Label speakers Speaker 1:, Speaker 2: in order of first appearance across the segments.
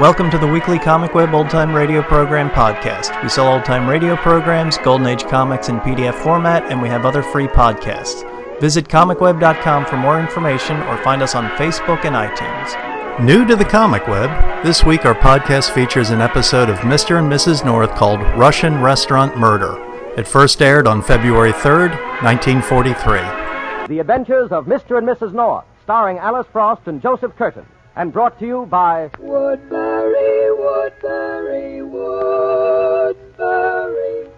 Speaker 1: Welcome to the weekly Comic Web Old Time Radio Program podcast. We sell old time radio programs, Golden Age comics in PDF format, and we have other free podcasts. Visit comicweb.com for more information or find us on Facebook and iTunes. New to the Comic Web, this week our podcast features an episode of Mr. and Mrs. North called Russian Restaurant Murder. It first aired on February 3rd, 1943.
Speaker 2: The Adventures of Mr. and Mrs. North, starring Alice Frost and Joseph Curtin and brought to you by
Speaker 3: Woodbury, Woodbury, Woodbury,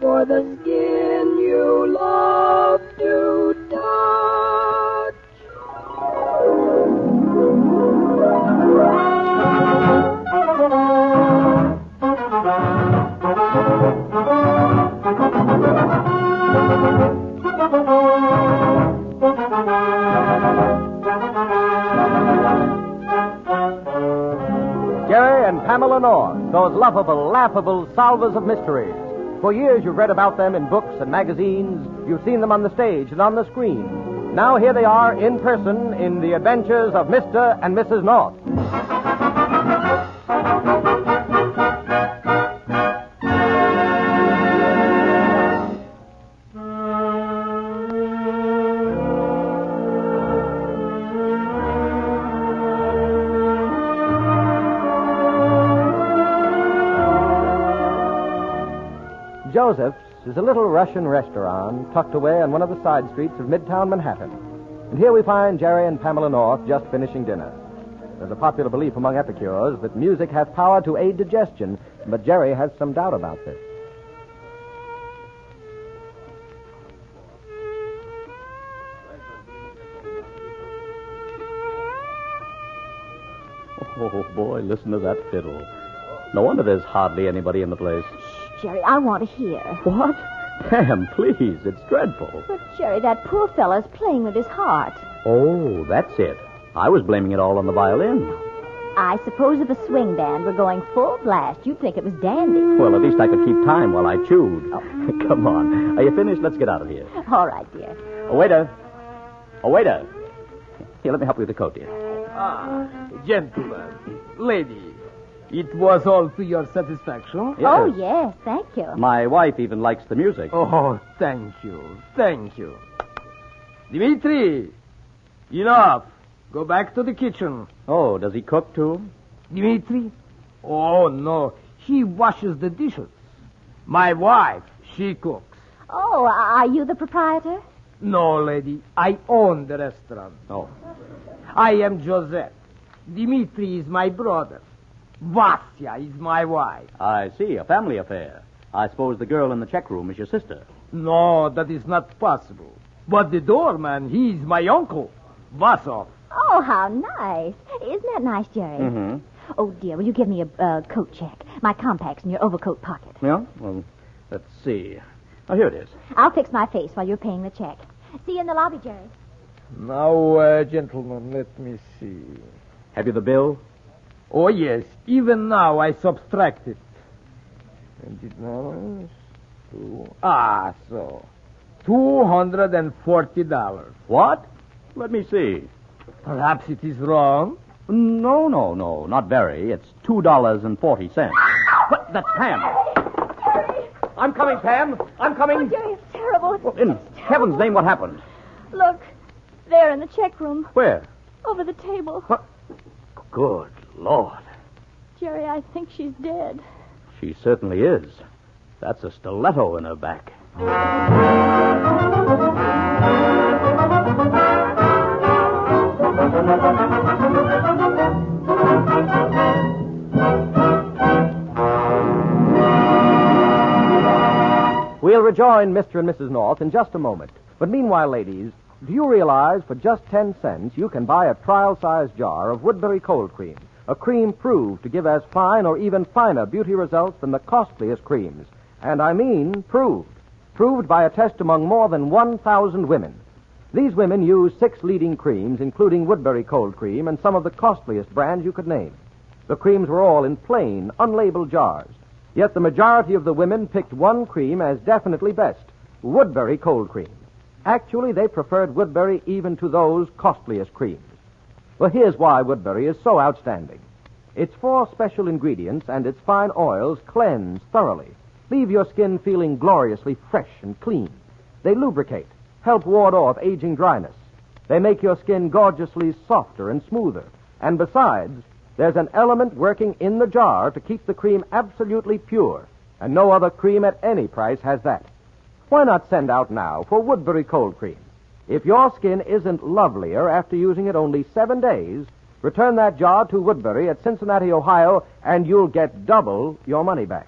Speaker 3: for the skin you love to touch.
Speaker 2: Jerry and Pamela North, those lovable, laughable solvers of mysteries. For years you've read about them in books and magazines. You've seen them on the stage and on the screen. Now here they are in person in the adventures of Mr. and Mrs. North. Joseph's is a little Russian restaurant tucked away on one of the side streets of Midtown Manhattan. And here we find Jerry and Pamela North just finishing dinner. There's a popular belief among epicures that music has power to aid digestion, but Jerry has some doubt about this.
Speaker 4: Oh, boy, listen to that fiddle. No wonder there's hardly anybody in the place.
Speaker 5: Jerry, I want to hear.
Speaker 4: What? Pam, please, it's dreadful.
Speaker 5: But, Jerry, that poor fellow's playing with his heart.
Speaker 4: Oh, that's it. I was blaming it all on the violin.
Speaker 5: I suppose if a swing band were going full blast, you'd think it was dandy.
Speaker 4: Well, at least I could keep time while I chewed. Oh. Come on. Are you finished? Let's get out of here.
Speaker 5: All right, dear.
Speaker 4: Oh, waiter. Oh, waiter. Here, let me help you with the coat, dear.
Speaker 6: Ah, gentlemen, ladies. It was all to your satisfaction?
Speaker 5: Yes. Oh, yes, thank you.
Speaker 4: My wife even likes the music.
Speaker 6: Oh, thank you, thank you. Dmitri, enough. Go back to the kitchen.
Speaker 4: Oh, does he cook too?
Speaker 6: Dmitri? Oh, no. He washes the dishes. My wife, she cooks.
Speaker 5: Oh, are you the proprietor?
Speaker 6: No, lady. I own the restaurant.
Speaker 4: Oh.
Speaker 6: I am Joseph. Dmitri is my brother. Vasya is my wife.
Speaker 4: I see, a family affair. I suppose the girl in the check room is your sister.
Speaker 6: No, that is not possible. But the doorman, he is my uncle, Vasov.
Speaker 5: Oh, how nice. Isn't that nice, Jerry?
Speaker 4: Mm-hmm.
Speaker 5: Oh, dear, will you give me a uh, coat check? My compact's in your overcoat pocket.
Speaker 4: Yeah? Well, let's see. Oh, here it is.
Speaker 5: I'll fix my face while you're paying the check. See you in the lobby, Jerry.
Speaker 6: Now, uh, gentlemen, let me see.
Speaker 4: Have you the bill?
Speaker 6: Oh, yes. Even now I subtract it. Twenty dollars. Two. Ah, so. Two hundred and forty dollars.
Speaker 4: What? Let me see.
Speaker 6: Perhaps it is wrong.
Speaker 4: No, no, no. Not very. It's two dollars and forty cents. What? That's Pam.
Speaker 6: I'm coming, Pam. I'm coming.
Speaker 5: Oh, Jerry, it's terrible. It's,
Speaker 4: well, in
Speaker 5: it's
Speaker 4: heaven's
Speaker 5: terrible.
Speaker 4: name, what happened?
Speaker 5: Look, there in the check room,
Speaker 4: Where?
Speaker 5: over the table.
Speaker 4: What? Good Lord.
Speaker 5: Jerry, I think she's dead.
Speaker 4: She certainly is. That's a stiletto in her back.
Speaker 2: We'll rejoin Mr. and Mrs. North in just a moment. But meanwhile, ladies, do you realize for just 10 cents you can buy a trial sized jar of Woodbury cold cream? A cream proved to give as fine or even finer beauty results than the costliest creams. And I mean proved. Proved by a test among more than 1,000 women. These women use six leading creams, including Woodbury cold cream and some of the costliest brands you could name. The creams were all in plain, unlabeled jars. Yet the majority of the women picked one cream as definitely best Woodbury cold cream. Actually, they preferred Woodbury even to those costliest creams. Well, here's why Woodbury is so outstanding. Its four special ingredients and its fine oils cleanse thoroughly, leave your skin feeling gloriously fresh and clean. They lubricate, help ward off aging dryness. They make your skin gorgeously softer and smoother. And besides, there's an element working in the jar to keep the cream absolutely pure, and no other cream at any price has that. Why not send out now for Woodbury Cold Cream? If your skin isn't lovelier after using it only seven days, return that jar to Woodbury at Cincinnati, Ohio, and you'll get double your money back.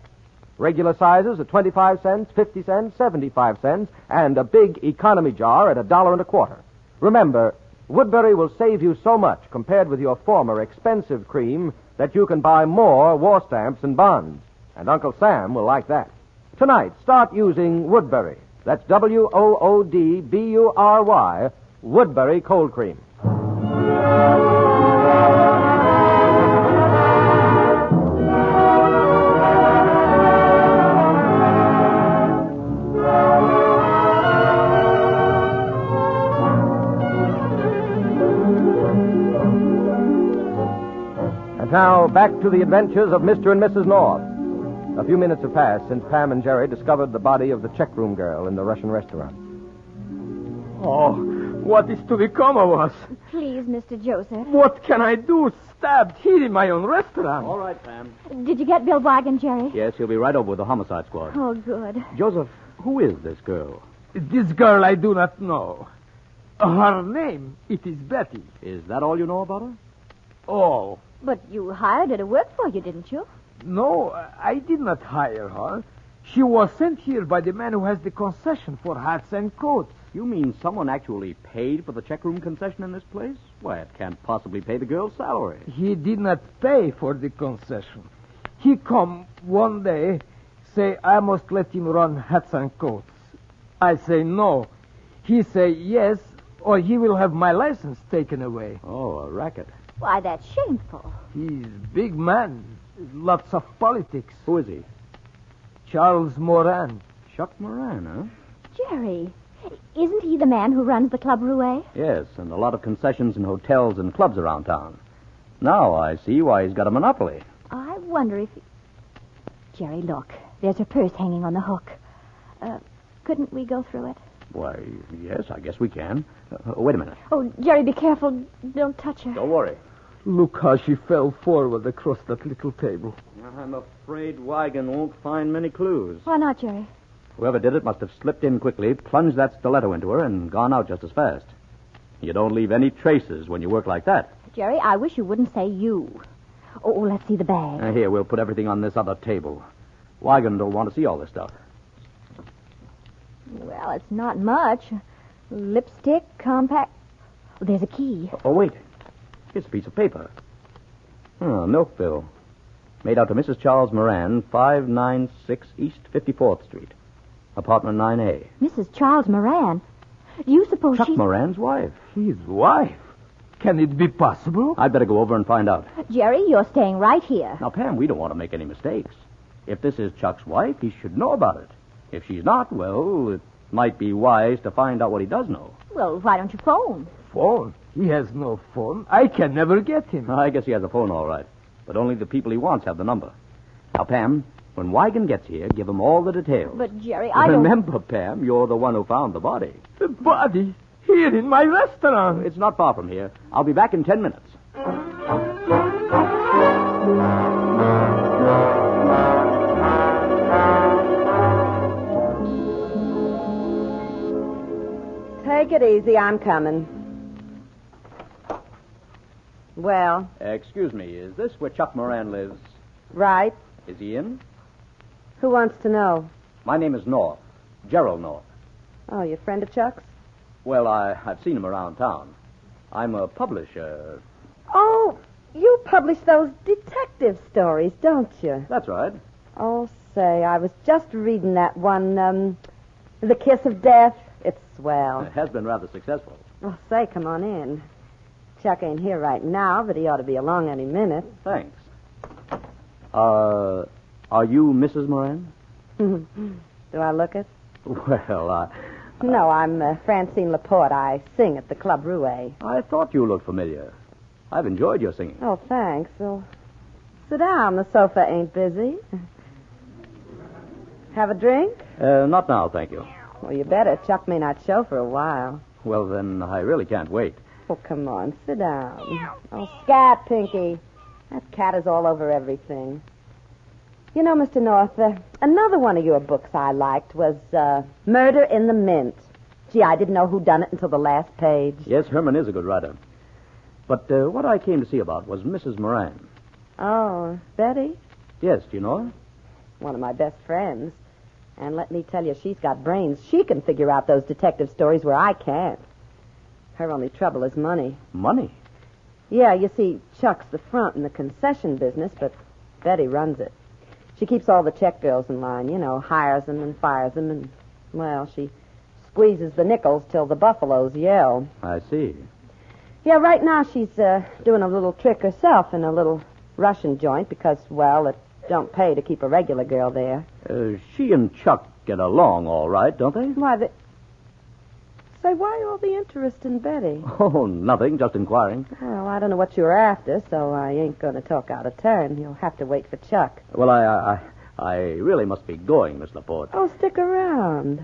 Speaker 2: Regular sizes at 25 cents, 50 cents, 75 cents, and a big economy jar at a dollar and a quarter. Remember, Woodbury will save you so much compared with your former expensive cream that you can buy more war stamps and bonds. And Uncle Sam will like that. Tonight, start using Woodbury. That's W O O D B U R Y, Woodbury Cold Cream. And now, back to the adventures of Mr. and Mrs. North. A few minutes have passed since Pam and Jerry discovered the body of the checkroom girl in the Russian restaurant.
Speaker 6: Oh, what is to become of us?
Speaker 5: Please, Mr. Joseph.
Speaker 6: What can I do? Stabbed here in my own restaurant.
Speaker 4: All right, Pam.
Speaker 5: Did you get Bill Wagon, Jerry?
Speaker 4: Yes, he'll be right over with the homicide squad.
Speaker 5: Oh, good.
Speaker 4: Joseph, who is this girl?
Speaker 6: This girl I do not know. Her name, it is Betty.
Speaker 4: Is that all you know about her?
Speaker 6: Oh,
Speaker 5: But you hired her to work for you, didn't you?
Speaker 6: no, I did not hire her. She was sent here by the man who has the concession for hats and coats.
Speaker 4: You mean someone actually paid for the checkroom concession in this place? Why, it can't possibly pay the girl's salary.
Speaker 6: He did not pay for the concession. He come one day, say I must let him run hats and coats. I say no. He say yes, or he will have my license taken away.
Speaker 4: Oh, a racket.
Speaker 5: Why, that's shameful.
Speaker 6: He's big man, lots of politics.
Speaker 4: Who is he?
Speaker 6: Charles Moran.
Speaker 4: Chuck Moran, huh?
Speaker 5: Jerry, isn't he the man who runs the Club Rouet?
Speaker 4: Yes, and a lot of concessions and hotels and clubs around town. Now I see why he's got a monopoly.
Speaker 5: I wonder if. Jerry, look. There's a purse hanging on the hook. Uh, couldn't we go through it?
Speaker 4: Why, yes, I guess we can. Uh, wait a minute.
Speaker 5: Oh, Jerry, be careful. Don't touch her.
Speaker 4: Don't worry.
Speaker 6: Look how she fell forward across that little table.
Speaker 4: I'm afraid Wigan won't find many clues.
Speaker 5: Why not, Jerry?
Speaker 4: Whoever did it must have slipped in quickly, plunged that stiletto into her, and gone out just as fast. You don't leave any traces when you work like that.
Speaker 5: Jerry, I wish you wouldn't say you. Oh, let's see the bag.
Speaker 4: Uh, here, we'll put everything on this other table. Wigan will want to see all this stuff.
Speaker 5: Well, it's not much. Lipstick, compact. Oh, there's a key.
Speaker 4: Oh, wait. It's a piece of paper. Oh, milk bill. Made out to Mrs. Charles Moran, 596 East 54th Street, apartment 9A.
Speaker 5: Mrs. Charles Moran. Do you suppose
Speaker 4: Chuck
Speaker 5: she?
Speaker 4: Moran's wife.
Speaker 6: His wife? Can it be possible?
Speaker 4: I'd better go over and find out.
Speaker 5: Jerry, you're staying right here.
Speaker 4: Now, Pam, we don't want to make any mistakes. If this is Chuck's wife, he should know about it. If she's not, well, it might be wise to find out what he does know.
Speaker 5: Well, why don't you phone?
Speaker 6: Phone? He has no phone. I can never get him.
Speaker 4: I guess he has a phone, all right. But only the people he wants have the number. Now, Pam, when Wigan gets here, give him all the details.
Speaker 5: But Jerry, I don't.
Speaker 4: Remember, Pam, you're the one who found the body.
Speaker 6: The body here in my restaurant.
Speaker 4: It's not far from here. I'll be back in ten minutes.
Speaker 7: Take it easy. I'm coming. Well,
Speaker 4: Uh, Excuse me, is this where Chuck Moran lives?
Speaker 7: right.
Speaker 4: Is he in?
Speaker 7: Who wants to know?
Speaker 4: My name is North, Gerald North.
Speaker 7: Oh, you friend of Chuck's?
Speaker 4: Well, I, I've seen him around town. I'm a publisher.
Speaker 7: Oh, you publish those detective stories, don't you?
Speaker 4: That's right.
Speaker 7: Oh, say, I was just reading that one, um, The Kiss of Death. It's swell.
Speaker 4: It Uh, has been rather successful.
Speaker 7: Well, say, come on in. Chuck ain't here right now, but he ought to be along any minute.
Speaker 4: Thanks. Uh, are you Mrs. Moran?
Speaker 7: Do I look it?
Speaker 4: Well, uh,
Speaker 7: No, I'm uh, Francine Laporte. I sing at the Club Rouet.
Speaker 4: I thought you looked familiar. I've enjoyed your singing.
Speaker 7: Oh, thanks. Well, Sit down. The sofa ain't busy. Have a drink?
Speaker 4: Uh, not now, thank you.
Speaker 7: Well, you better. Chuck may not show for a while.
Speaker 4: Well, then, I really can't wait.
Speaker 7: Oh, come on. Sit down. Oh, scat, Pinky. That cat is all over everything. You know, Mr. North, uh, another one of your books I liked was uh, Murder in the Mint. Gee, I didn't know who done it until the last page.
Speaker 4: Yes, Herman is a good writer. But uh, what I came to see about was Mrs. Moran.
Speaker 7: Oh, Betty?
Speaker 4: Yes, do you know her?
Speaker 7: one of my best friends. And let me tell you, she's got brains. She can figure out those detective stories where I can't. Her only trouble is money.
Speaker 4: Money.
Speaker 7: Yeah, you see, Chuck's the front in the concession business, but Betty runs it. She keeps all the check bills in line, you know, hires them and fires them, and, well, she squeezes the nickels till the buffaloes yell.
Speaker 4: I see.
Speaker 7: Yeah, right now she's uh, doing a little trick herself in a little Russian joint because, well, it don't pay to keep a regular girl there.
Speaker 4: Uh, she and Chuck get along all right, don't they?
Speaker 7: Why, the... Say, why all the interest in Betty?
Speaker 4: Oh, nothing, just inquiring.
Speaker 7: Well, I don't know what you're after, so I ain't going to talk out of turn. You'll have to wait for Chuck.
Speaker 4: Well, I, I, I really must be going, Miss Laporte.
Speaker 7: Oh, stick around.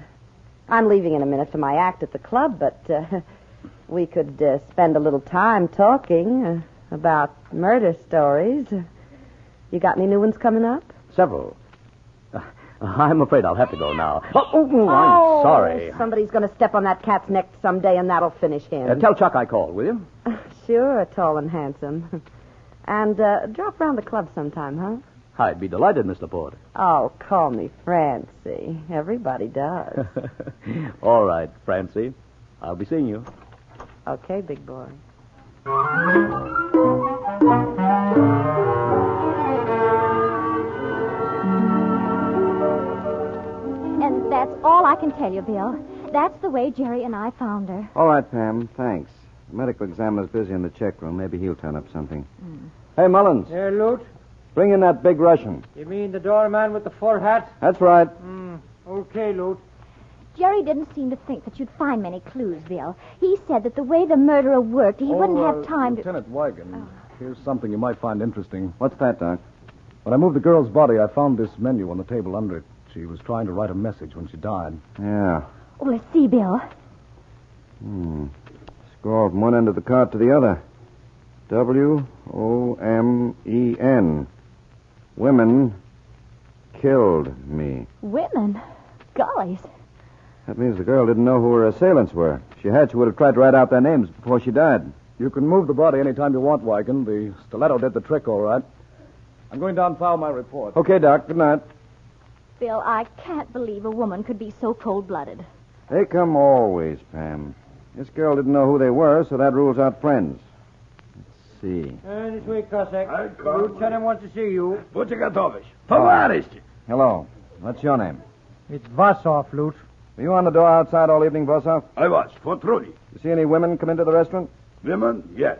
Speaker 7: I'm leaving in a minute for my act at the club, but uh, we could uh, spend a little time talking uh, about murder stories. You got any new ones coming up?
Speaker 4: Several. Uh, I'm afraid I'll have to go now. Oh, oh, oh, I'm
Speaker 7: Oh,
Speaker 4: sorry.
Speaker 7: Somebody's going to step on that cat's neck someday, and that'll finish him.
Speaker 4: Uh, tell Chuck I called, will you?
Speaker 7: Sure, tall and handsome. And uh, drop round the club sometime, huh?
Speaker 4: I'd be delighted, Miss Laporte.
Speaker 7: Oh, call me Francie. Everybody does.
Speaker 4: all right, Francie. I'll be seeing you.
Speaker 7: okay, big boy.
Speaker 5: And that's all I can tell you, Bill. That's the way Jerry and I found her.
Speaker 8: All right, Pam. Thanks. Medical examiner's busy in the check room. Maybe he'll turn up something. Hey, Mullins,
Speaker 6: Hey, Lute,
Speaker 8: bring in that big Russian.
Speaker 6: you mean the doorman with the fur hat?
Speaker 8: That's right.
Speaker 6: Hmm. Okay, Lute.
Speaker 5: Jerry didn't seem to think that you'd find many clues, Bill. He said that the way the murderer worked, he wouldn't have time to.
Speaker 9: Lieutenant Wigan, here's something you might find interesting.
Speaker 8: What's that, Doc?
Speaker 9: When I moved the girl's body, I found this menu on the table under it. She was trying to write a message when she died.
Speaker 8: Yeah.
Speaker 5: Oh, let's see, Bill.
Speaker 8: Hmm. Scrawled from one end of the card to the other. W O M E N. Women killed me.
Speaker 5: Women. Gollies.
Speaker 8: That means the girl didn't know who her assailants were. If she had, she would have tried to write out their names before she died.
Speaker 9: You can move the body anytime you want, Wigan. The stiletto did the trick, all right. I'm going down and file my report.
Speaker 8: Okay, Doc. Good night.
Speaker 5: Bill, I can't believe a woman could be so cold blooded.
Speaker 8: They come always, Pam. This girl didn't know who they were, so that rules out friends. Let's see.
Speaker 10: Eh,
Speaker 6: Uh, this way, Cossack. Lieutenant wants to see you.
Speaker 8: Hello. What's your name?
Speaker 6: It's Vassoff, Lute.
Speaker 8: Were you on the door outside all evening, Vossoff?
Speaker 11: I was, for truly.
Speaker 8: You see any women come into the restaurant?
Speaker 11: Women, yes.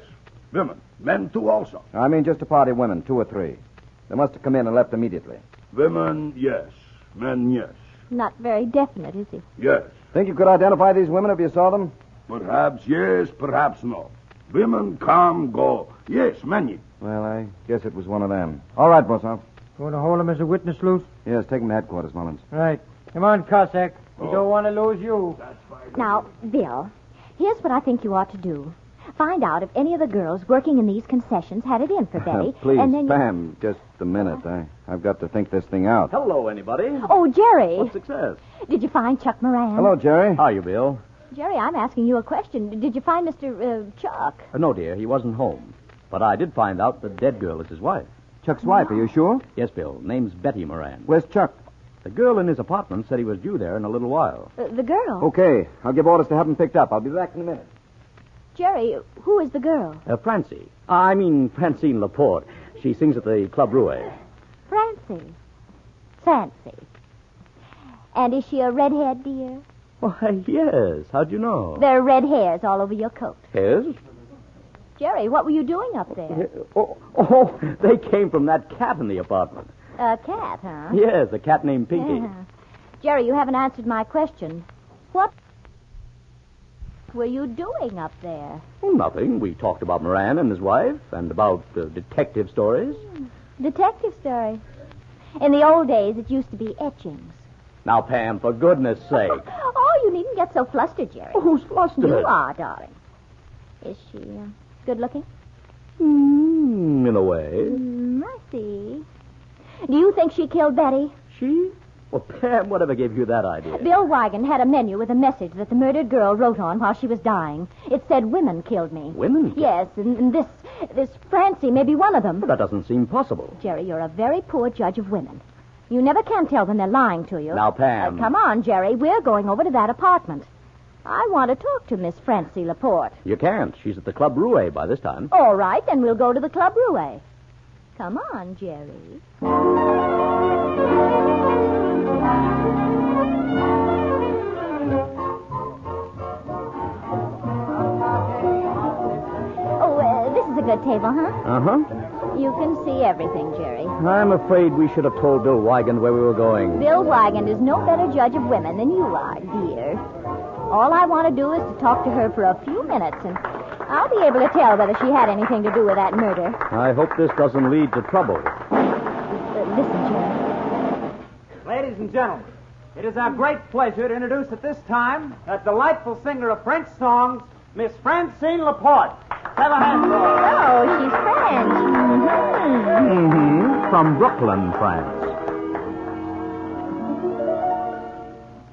Speaker 11: Women. Men, too, also.
Speaker 8: I mean just a party of women, two or three. They must have come in and left immediately.
Speaker 11: Women, yes. Men, yes.
Speaker 5: Not very definite, is he?
Speaker 11: Yes.
Speaker 8: Think you could identify these women if you saw them?
Speaker 11: Perhaps yes, perhaps no. Women come, go. Yes, many.
Speaker 8: Well, I guess it was one of them. All right, Vossoff.
Speaker 6: Going to hold him as a witness, Lute?
Speaker 8: Yes, take him to headquarters, Mullins.
Speaker 6: Right. Come on, Cossack. We don't want to lose you.
Speaker 5: Now, Bill, here's what I think you ought to do. Find out if any of the girls working in these concessions had it in for Betty.
Speaker 8: Please,
Speaker 5: and then you-
Speaker 8: Pam, just a minute. I, I've got to think this thing out.
Speaker 4: Hello, anybody.
Speaker 5: Oh, Jerry.
Speaker 4: What success?
Speaker 5: Did you find Chuck Moran?
Speaker 8: Hello, Jerry.
Speaker 4: How are you, Bill?
Speaker 5: Jerry, I'm asking you a question. Did you find Mr. Uh, Chuck?
Speaker 4: Uh, no, dear, he wasn't home. But I did find out the dead girl is his wife.
Speaker 8: Chuck's wife, are you sure?
Speaker 4: Yes, Bill. Name's Betty Moran.
Speaker 8: Where's Chuck?
Speaker 4: The girl in his apartment said he was due there in a little while.
Speaker 5: Uh, the girl?
Speaker 8: Oh. Okay, I'll give orders to have him picked up. I'll be back in a minute.
Speaker 5: Jerry, who is the girl?
Speaker 4: Uh, Francie. I mean, Francine Laporte. She sings at the Club Rouet.
Speaker 5: Francie. Fancy. And is she a redhead, dear?
Speaker 4: Why, yes. How'd you know?
Speaker 5: There are red hairs all over your coat.
Speaker 4: Yes?
Speaker 5: Jerry, what were you doing up there?
Speaker 4: Oh, oh, they came from that cat in the apartment.
Speaker 5: A cat, huh?
Speaker 4: Yes, a cat named Pinky.
Speaker 5: Yeah. Jerry, you haven't answered my question. What were you doing up there?
Speaker 4: Oh, nothing. We talked about Moran and his wife and about uh, detective stories.
Speaker 5: Detective story. In the old days, it used to be etchings.
Speaker 4: Now, Pam, for goodness sake.
Speaker 5: Oh, you needn't get so flustered, Jerry.
Speaker 4: Oh, who's flustered?
Speaker 5: You are, darling. Is she uh, good looking?
Speaker 4: Hmm, in a way.
Speaker 5: Mm, I see. Do you think she killed Betty?
Speaker 4: She? Well, Pam, whatever gave you that idea?
Speaker 5: Bill Wigan had a menu with a message that the murdered girl wrote on while she was dying. It said, "Women killed me."
Speaker 4: Women?
Speaker 5: Yes, and, and this this Francie may be one of them.
Speaker 4: Well, that doesn't seem possible.
Speaker 5: Jerry, you're a very poor judge of women. You never can tell when they're lying to you.
Speaker 4: Now, um, Pam.
Speaker 5: Uh, come on, Jerry. We're going over to that apartment. I want to talk to Miss Francie Laporte.
Speaker 4: You can't. She's at the Club Roué by this time.
Speaker 5: All right, then we'll go to the Club Roué. Come on, Jerry. Oh, uh, this is a good table, huh?
Speaker 4: Uh huh.
Speaker 5: You can see everything, Jerry.
Speaker 4: I'm afraid we should have told Bill Wygant where we were going.
Speaker 5: Bill Wygant is no better judge of women than you are, dear. All I want to do is to talk to her for a few minutes, and I'll be able to tell whether she had anything to do with that murder.
Speaker 4: I hope this doesn't lead to trouble.
Speaker 5: Uh, listen, Jerry.
Speaker 2: Ladies and gentlemen, it is our great pleasure to introduce at this time that delightful singer of French songs, Miss Francine Laporte. Have a hand for her.
Speaker 5: Oh, she's French.
Speaker 4: Mm-hmm. From Brooklyn, France.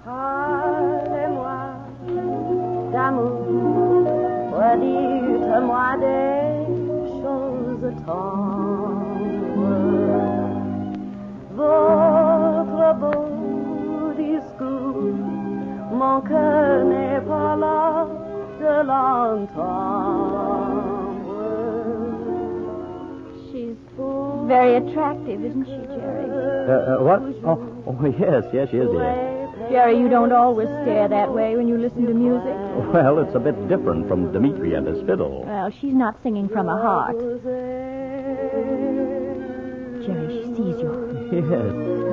Speaker 3: Parlez-moi d'amour, redites-moi des choses tendres. Votre beau discours, mon cœur n'est pas là de l'entendre.
Speaker 5: She's very attractive, isn't she, Jerry?
Speaker 4: Uh, uh, what? Oh, oh, yes, yes, she is, dear.
Speaker 5: Jerry, you don't always stare that way when you listen to music.
Speaker 4: Well, it's a bit different from Dmitri and his fiddle.
Speaker 5: Well, she's not singing from her heart. Jerry, she sees you.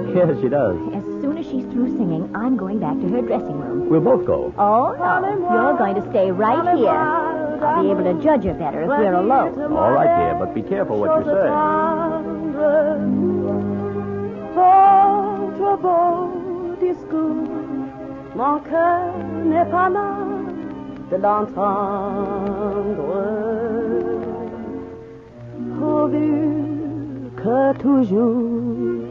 Speaker 4: Yes, yes, she does.
Speaker 5: As soon as she's through singing, I'm going back to her dressing room.
Speaker 4: We'll both go.
Speaker 5: Oh, no. You're going to stay right here. I'll be able to judge her better if we're alone.
Speaker 4: All right, dear, but be careful what you say.
Speaker 3: Votre beau discours, mon cœur n'est pas là de l'entendre. Pourvu que toujours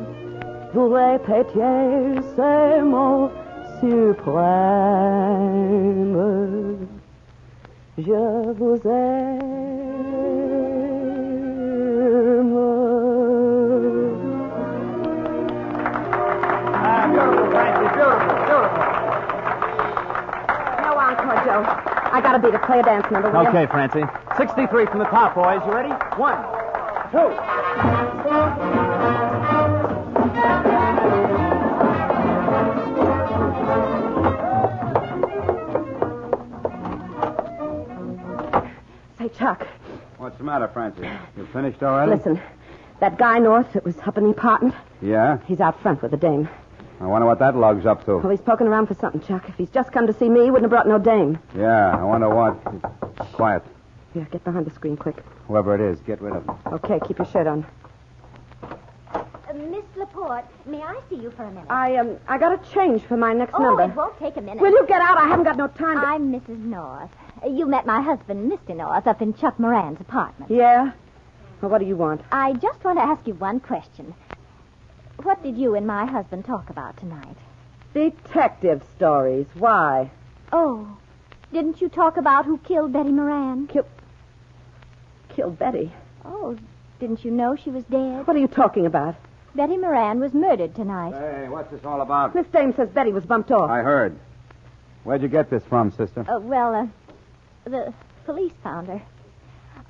Speaker 3: vous répétiez ces mots suprêmes. Je vous aime.
Speaker 2: Ah, beautiful, Francie, beautiful, beautiful.
Speaker 3: No encore, Joe. I gotta be to play a dance number. will you?
Speaker 2: Okay, Francie. 63 from the top, boys. You ready? One, two.
Speaker 3: Say, Chuck,
Speaker 12: What's the matter, Francis? You finished already?
Speaker 3: listen. That guy North that was up in the apartment,
Speaker 12: Yeah?
Speaker 3: he's out front with the dame.
Speaker 12: I wonder what that lug's up to.
Speaker 3: Well, he's poking around for something, Chuck. If he's just come to see me, he wouldn't have brought no dame.
Speaker 12: Yeah, I wonder what. Quiet.
Speaker 3: Here, get behind the screen quick.
Speaker 12: Whoever it is, get rid of him.
Speaker 3: Okay, keep your shirt on.
Speaker 5: Uh, Miss Laporte, may I see you for a minute?
Speaker 3: I um, I got to change for my next
Speaker 5: oh,
Speaker 3: number.
Speaker 5: it won't take a minute.
Speaker 3: Will you get out? I haven't got no time to.
Speaker 5: I'm Mrs. North. Uh, You met my husband, Mr. North, up in Chuck Moran's apartment.
Speaker 3: Yeah. Well, what do you want?
Speaker 5: I just want to ask you one question. What did you and my husband talk about tonight?
Speaker 3: Detective stories. Why?
Speaker 5: Oh, didn't you talk about who killed Betty Moran?
Speaker 3: Killed Betty.
Speaker 5: Oh, didn't you know she was dead?
Speaker 3: What are you talking about?
Speaker 5: Betty Moran was murdered tonight.
Speaker 12: Hey, what's this all about?
Speaker 3: Miss Dame says Betty was bumped off. Oh,
Speaker 12: I heard. Where'd you get this from, sister?
Speaker 5: Uh, well, uh, the police found her.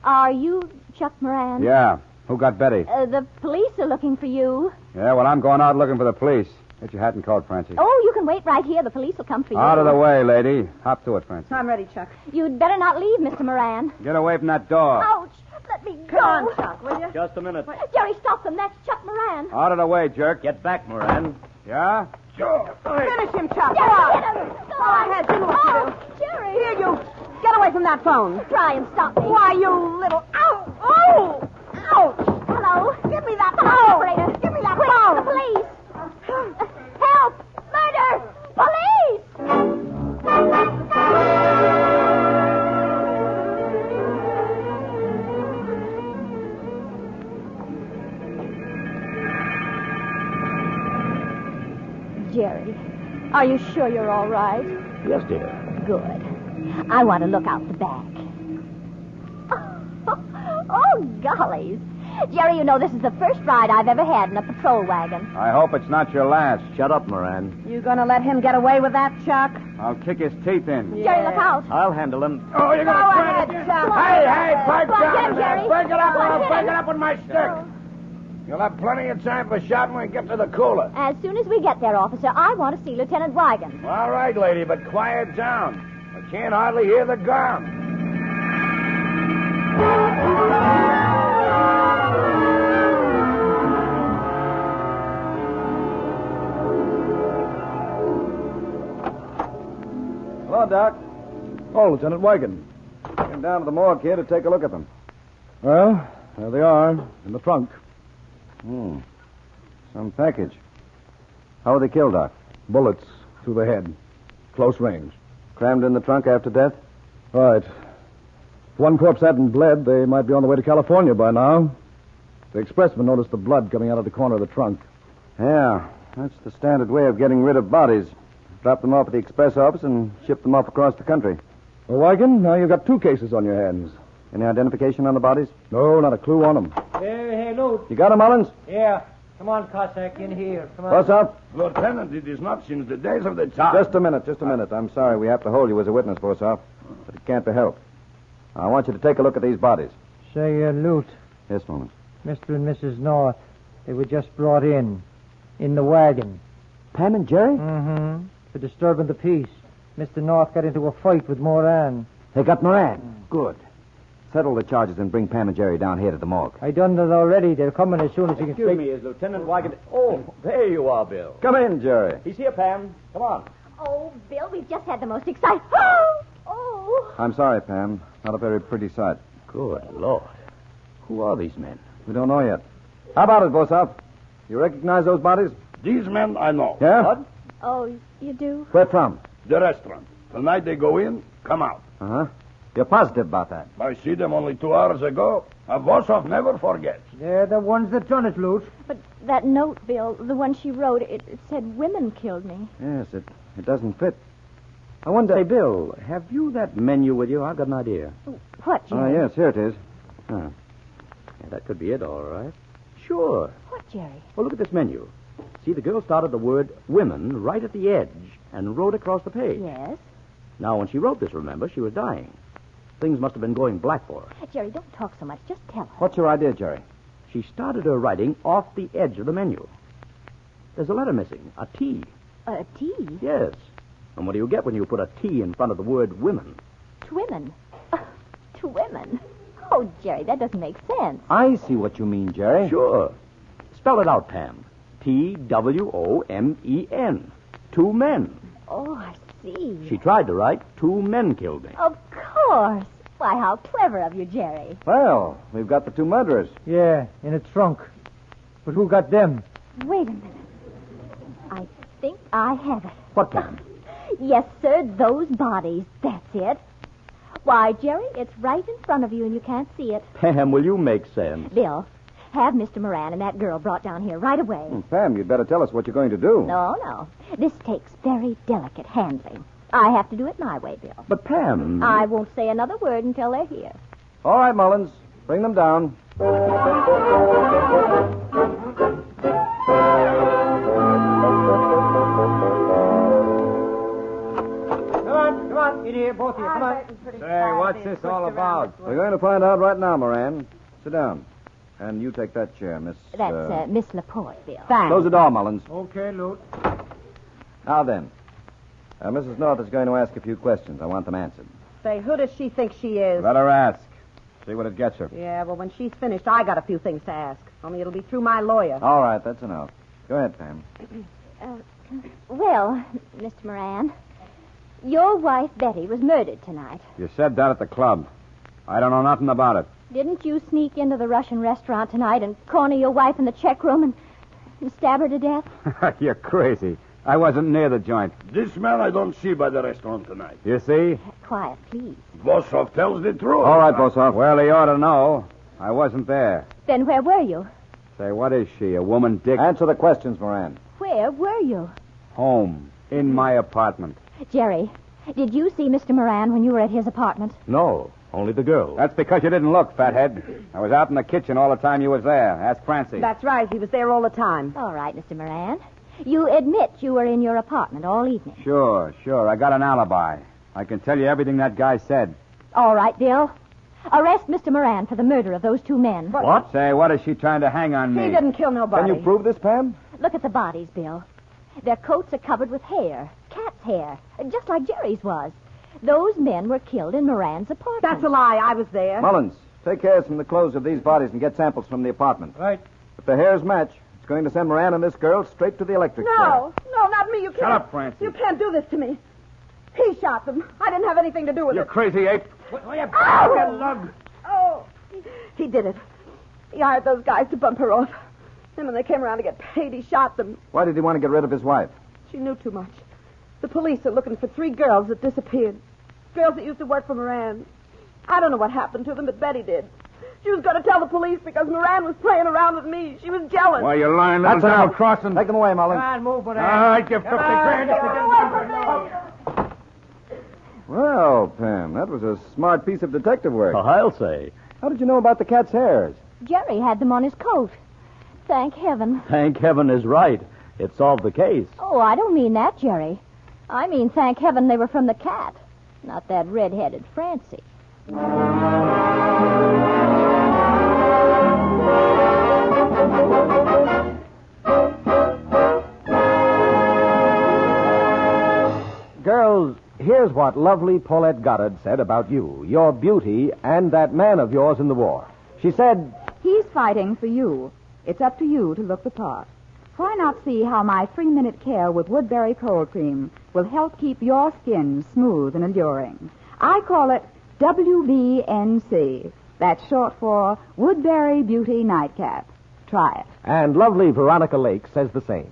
Speaker 5: Are you Chuck
Speaker 3: um,
Speaker 5: Moran?
Speaker 12: Yeah. Who got Betty?
Speaker 5: Uh, the police are looking for you.
Speaker 12: Yeah, well, I'm going out looking for the police. Get your hat and coat, Francie.
Speaker 5: Oh, you can wait right here. The police will come for you.
Speaker 12: Out of the way, lady. Hop to it, Francie.
Speaker 3: I'm ready, Chuck.
Speaker 5: You'd better not leave, Mr. Moran.
Speaker 12: Get away from that door.
Speaker 3: Oh.
Speaker 5: Ouch! Let me go.
Speaker 3: Come on, Chuck, will you?
Speaker 4: Just a minute.
Speaker 5: Jerry, stop them. That's Chuck Moran.
Speaker 12: Out of the way, jerk.
Speaker 4: Get back, Moran.
Speaker 12: Yeah?
Speaker 13: Sure.
Speaker 3: Finish him, Chuck.
Speaker 5: Jerry,
Speaker 3: Go on.
Speaker 5: get him. Go
Speaker 3: Go
Speaker 5: on.
Speaker 3: ahead, do what you
Speaker 5: oh, Jerry.
Speaker 3: Here, you. Get away from that phone.
Speaker 5: Try and stop me.
Speaker 3: Why, you little. Ow! Oh! Ouch!
Speaker 5: Hello. Give me that Jerry. Are you sure you're all right?
Speaker 4: Yes, dear.
Speaker 5: Good. I want to look out the back. oh, gollies. Jerry, you know this is the first ride I've ever had in a patrol wagon.
Speaker 4: I hope it's not your last. Shut up, Moran.
Speaker 7: You gonna let him get away with that, Chuck?
Speaker 4: I'll kick his teeth in.
Speaker 5: Jerry, look out.
Speaker 4: I'll handle him.
Speaker 11: Oh, you're gonna
Speaker 7: Go
Speaker 11: try
Speaker 7: ahead,
Speaker 11: to get-
Speaker 7: Chuck.
Speaker 11: Hey, hey, break
Speaker 5: Go
Speaker 11: down!
Speaker 5: ahead,
Speaker 11: to that.
Speaker 5: Jerry.
Speaker 11: Break it up,
Speaker 5: Go
Speaker 11: or I'll
Speaker 5: ahead.
Speaker 11: break it up with my stick. You'll have plenty of time for shouting when we get to the cooler.
Speaker 5: As soon as we get there, officer, I want to see Lieutenant Wigan.
Speaker 11: All right, lady, but quiet down. I can't hardly hear the gun.
Speaker 9: Hello, Doc. Oh, Lieutenant Wigan. Came down to the morgue here to take a look at them. Well, there they are, in the trunk.
Speaker 8: Hmm. Some package. How were they killed, Doc?
Speaker 9: Bullets through the head. Close range.
Speaker 8: Crammed in the trunk after death?
Speaker 9: Right. If one corpse hadn't bled, they might be on the way to California by now. The expressman noticed the blood coming out of the corner of the trunk.
Speaker 8: Yeah. That's the standard way of getting rid of bodies. Drop them off at the express office and ship them off across the country.
Speaker 9: Well, Wigan, now you've got two cases on your hands.
Speaker 8: Any identification on the bodies?
Speaker 9: No, not a clue on them.
Speaker 14: Hey, hey, Lute.
Speaker 9: You got them, Mullins?
Speaker 14: Yeah. Come on, Cossack, in here. Come on.
Speaker 9: What's up?
Speaker 11: Lieutenant, it is not since the days of the Tsar.
Speaker 8: Just a minute, just a minute. I'm sorry we have to hold you as a witness, Bosoff, but it can't be helped. I want you to take a look at these bodies.
Speaker 10: Say, uh, Lute,
Speaker 8: Yes, Mullins.
Speaker 10: Mr. and Mrs. North, they were just brought in, in the wagon.
Speaker 8: Pam and Jerry?
Speaker 10: Mm-hmm. For disturbing the peace. Mr. North got into a fight with Moran. Mm.
Speaker 8: They got Moran. Good. Settle the charges and bring Pam and Jerry down here to the morgue.
Speaker 10: I done that already. They're coming as soon as you can
Speaker 4: Excuse
Speaker 10: speak.
Speaker 4: me, is Lieutenant Wigan. Oh, there you are, Bill.
Speaker 8: Come in, Jerry.
Speaker 4: He's here, Pam. Come on.
Speaker 5: Oh, Bill, we've just had the most exciting. Oh! Oh!
Speaker 8: I'm sorry, Pam. Not a very pretty sight.
Speaker 4: Good Lord. Who are these men?
Speaker 8: We don't know yet. How about it, Bosoff? You recognize those bodies?
Speaker 11: These men I know.
Speaker 8: Yeah?
Speaker 4: What?
Speaker 5: Oh, you do?
Speaker 8: Where from?
Speaker 11: The restaurant. Tonight they go in, come out.
Speaker 8: Uh huh. You're positive about that?
Speaker 11: I see them only two hours ago. A Vosov never forgets.
Speaker 10: They're the ones that done it, Lute.
Speaker 5: But that note, Bill, the one she wrote, it, it said women killed me.
Speaker 8: Yes, it, it doesn't fit. I wonder.
Speaker 4: Say, Bill, have you that menu with you? I've got an idea.
Speaker 5: What,
Speaker 8: Ah,
Speaker 5: Jerry?
Speaker 8: yes, here it is.
Speaker 4: Huh. Ah. Yeah, that could be it, all right. Sure.
Speaker 5: What, Jerry?
Speaker 4: Well, look at this menu. See, the girl started the word women right at the edge and wrote across the page.
Speaker 5: Yes?
Speaker 4: Now, when she wrote this, remember, she was dying. Things must have been going black for her.
Speaker 5: Jerry, don't talk so much. Just tell us.
Speaker 8: What's your idea, Jerry?
Speaker 4: She started her writing off the edge of the menu. There's a letter missing, a T.
Speaker 5: A tea?
Speaker 4: Yes. And what do you get when you put a T in front of the word women?
Speaker 5: To women. to women? Oh, Jerry, that doesn't make sense.
Speaker 8: I see what you mean, Jerry.
Speaker 4: Sure. Spell it out, Pam. T W O M E N. Two men.
Speaker 5: Oh, I see.
Speaker 4: She tried to write, two men killed me.
Speaker 5: Of course. Why, how clever of you, Jerry.
Speaker 8: Well, we've got the two murderers.
Speaker 10: Yeah, in a trunk. But who got them?
Speaker 5: Wait a minute. I think I have it.
Speaker 4: What, Pam?
Speaker 5: Yes, sir, those bodies. That's it. Why, Jerry, it's right in front of you and you can't see it.
Speaker 4: Pam, will you make sense?
Speaker 5: Bill, have Mr. Moran and that girl brought down here right away.
Speaker 8: Hmm, Pam, you'd better tell us what you're going to do.
Speaker 5: No, no. This takes very delicate handling. I have to do it my way, Bill.
Speaker 4: But,
Speaker 8: Hmm.
Speaker 4: Pam.
Speaker 5: I won't say another word until they're here.
Speaker 8: All right, Mullins. Bring them down.
Speaker 14: Come on, come on, in here, both of you. Come on.
Speaker 4: Say, what's this all about?
Speaker 8: We're going to find out right now, Moran. Sit down. And you take that chair, Miss.
Speaker 5: That's
Speaker 8: uh,
Speaker 5: uh, Miss Laporte, Bill.
Speaker 7: Thanks.
Speaker 8: Close the door, Mullins.
Speaker 10: Okay, Lute.
Speaker 8: Now then. Uh, Mrs. North is going to ask a few questions. I want them answered.
Speaker 7: Say, who does she think she is?
Speaker 8: Let her ask. See what it gets her.
Speaker 7: Yeah, well, when she's finished, I got a few things to ask. Only it'll be through my lawyer.
Speaker 8: All right, that's enough. Go ahead, Pam.
Speaker 15: Um,
Speaker 5: Well, Mr. Moran, your wife, Betty, was murdered tonight.
Speaker 8: You said that at the club. I don't know nothing about it.
Speaker 5: Didn't you sneak into the Russian restaurant tonight and corner your wife in the check room and, and stab her to death?
Speaker 8: You're crazy. I wasn't near the joint.
Speaker 11: This man I don't see by the restaurant tonight.
Speaker 8: You see?
Speaker 5: Quiet, please.
Speaker 11: Vosov tells the truth.
Speaker 8: All right, Bosoff. Well, he ought to know. I wasn't there.
Speaker 5: Then where were you?
Speaker 8: Say, what is she, a woman dick? Answer the questions, Moran.
Speaker 5: Where were you?
Speaker 12: Home. In my apartment.
Speaker 5: Jerry, did you see Mr. Moran when you were at his apartment?
Speaker 12: No, only the girl. That's because you didn't look, fathead. I was out in the kitchen all the time you was there. Ask Francie.
Speaker 7: That's right. He was there all the time.
Speaker 5: All right, Mr. Moran. You admit you were in your apartment all evening.
Speaker 12: Sure, sure. I got an alibi. I can tell you everything that guy said.
Speaker 5: All right, Bill. Arrest Mr. Moran for the murder of those two men.
Speaker 12: What? Say, what is she trying to hang on me?
Speaker 7: He didn't kill nobody.
Speaker 12: Can you prove this, Pam?
Speaker 5: Look at the bodies, Bill. Their coats are covered with hair, cat's hair, just like Jerry's was. Those men were killed in Moran's apartment.
Speaker 7: That's a lie. I was there.
Speaker 8: Mullins, take hairs from the clothes of these bodies and get samples from the apartment.
Speaker 10: Right.
Speaker 8: If the hairs match, it's going to send Moran and this girl straight to the electric chair.
Speaker 15: No, no, not me. You can't.
Speaker 12: Shut up, Francie.
Speaker 15: You can't do this to me. He shot them. I didn't have anything to do with
Speaker 12: You
Speaker 15: it.
Speaker 12: crazy ape.
Speaker 15: Oh! Oh, he did it. He hired those guys to bump her off. And when they came around to get paid, he shot them.
Speaker 8: Why did he want to get rid of his wife?
Speaker 15: She knew too much. The police are looking for three girls that disappeared. Girls that used to work for Moran. I don't know what happened to them, but Betty did. She was going to tell the police because Moran was playing around with me. She was jealous.
Speaker 11: Why, you lying
Speaker 8: That's
Speaker 11: little
Speaker 8: enough.
Speaker 11: double crossing.
Speaker 8: Take them away, Mullins.
Speaker 11: Come on,
Speaker 14: move,
Speaker 11: All right, you 50 grand.
Speaker 8: Well, Pam, that was a smart piece of detective work.
Speaker 16: Uh,
Speaker 17: I'll say.
Speaker 8: How did you know about the cat's hairs?
Speaker 5: Jerry had them on his coat. Thank heaven.
Speaker 17: Thank heaven is right. It solved the case.
Speaker 5: Oh, I don't mean that, Jerry. I mean, thank heaven they were from the cat, not that red-headed Francie.
Speaker 2: Girls, here's what lovely Paulette Goddard said about you, your beauty, and that man of yours in the war. She said,
Speaker 18: He's fighting for you. It's up to you to look the part. Why not see how my three minute care with Woodbury Cold Cream will help keep your skin smooth and alluring? I call it WBNC. That's short for Woodbury Beauty Nightcap. Try it.
Speaker 2: and lovely Veronica Lake says the same.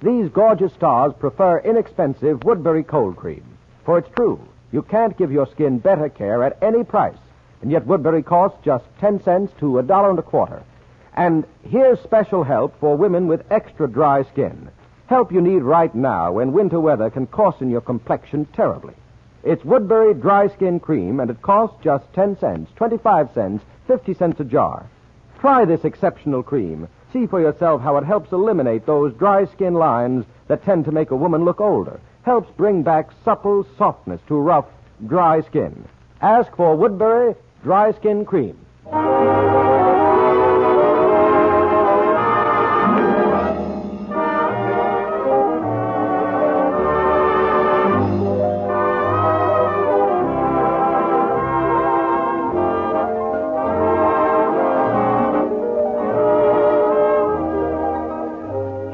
Speaker 2: These gorgeous stars prefer inexpensive Woodbury cold cream. For it's true, you can't give your skin better care at any price. And yet Woodbury costs just 10 cents to a dollar and a quarter. And here's special help for women with extra dry skin. Help you need right now when winter weather can coarsen your complexion terribly. It's Woodbury Dry Skin Cream, and it costs just 10 cents, 25 cents, 50 cents a jar. Try this exceptional cream. See for yourself how it helps eliminate those dry skin lines that tend to make a woman look older, helps bring back supple softness to rough, dry skin. Ask for Woodbury Dry Skin Cream.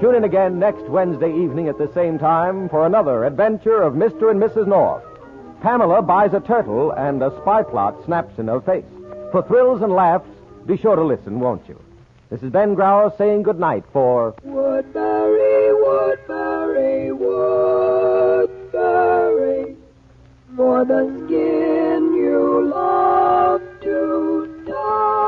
Speaker 2: Tune in again next Wednesday evening at the same time for another adventure of Mr. and Mrs. North. Pamela buys a turtle and a spy plot snaps in her face. For thrills and laughs, be sure to listen, won't you? This is Ben Grauer saying good night for
Speaker 3: Woodbury, Woodbury, Woodbury, for the skin you love to die.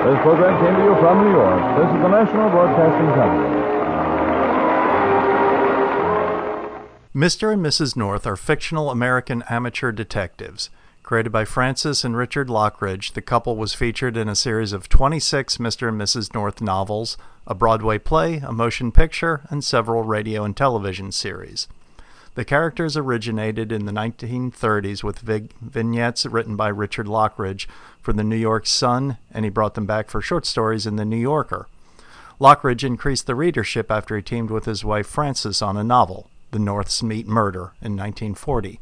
Speaker 16: This program came to you from New York. This is the National Broadcasting Company.
Speaker 1: Mr. and Mrs. North are fictional American amateur detectives. Created by Francis and Richard Lockridge, the couple was featured in a series of 26 Mr. and Mrs. North novels, a Broadway play, a motion picture, and several radio and television series. The characters originated in the 1930s with vig- vignettes written by Richard Lockridge for the New York Sun, and he brought them back for short stories in the New Yorker. Lockridge increased the readership after he teamed with his wife Frances on a novel, The Norths Meet Murder, in 1940.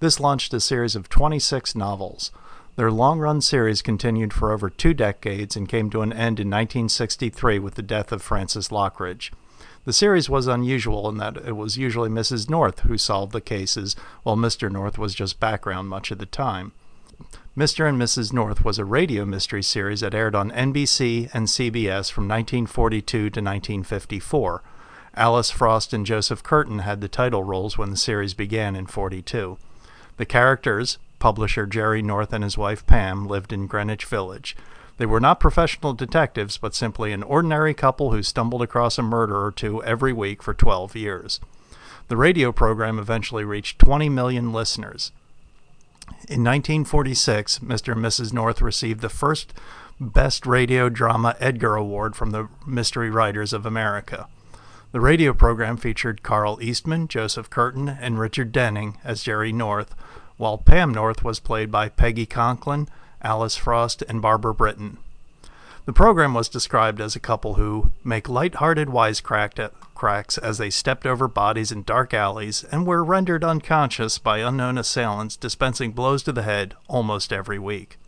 Speaker 1: This launched a series of 26 novels. Their long run series continued for over two decades and came to an end in 1963 with the death of Frances Lockridge. The series was unusual in that it was usually Mrs. North who solved the cases, while Mr. North was just background much of the time. Mr. and Mrs. North was a radio mystery series that aired on NBC and CBS from 1942 to 1954. Alice Frost and Joseph Curtin had the title roles when the series began in 42. The characters, publisher Jerry North and his wife Pam, lived in Greenwich Village. They were not professional detectives, but simply an ordinary couple who stumbled across a murder or two every week for 12 years. The radio program eventually reached 20 million listeners. In 1946, Mr. and Mrs. North received the first Best Radio Drama Edgar Award from the Mystery Writers of America. The radio program featured Carl Eastman, Joseph Curtin, and Richard Denning as Jerry North, while Pam North was played by Peggy Conklin, Alice Frost, and Barbara Britton. The program was described as a couple who make light-hearted wisecracks as they stepped over bodies in dark alleys and were rendered unconscious by unknown assailants dispensing blows to the head almost every week.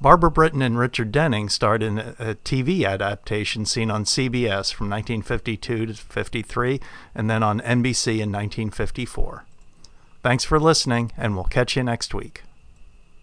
Speaker 1: Barbara Britton and Richard Denning starred in a a TV adaptation seen on CBS from 1952 to 53 and then on NBC in 1954. Thanks for listening, and we'll catch you next week.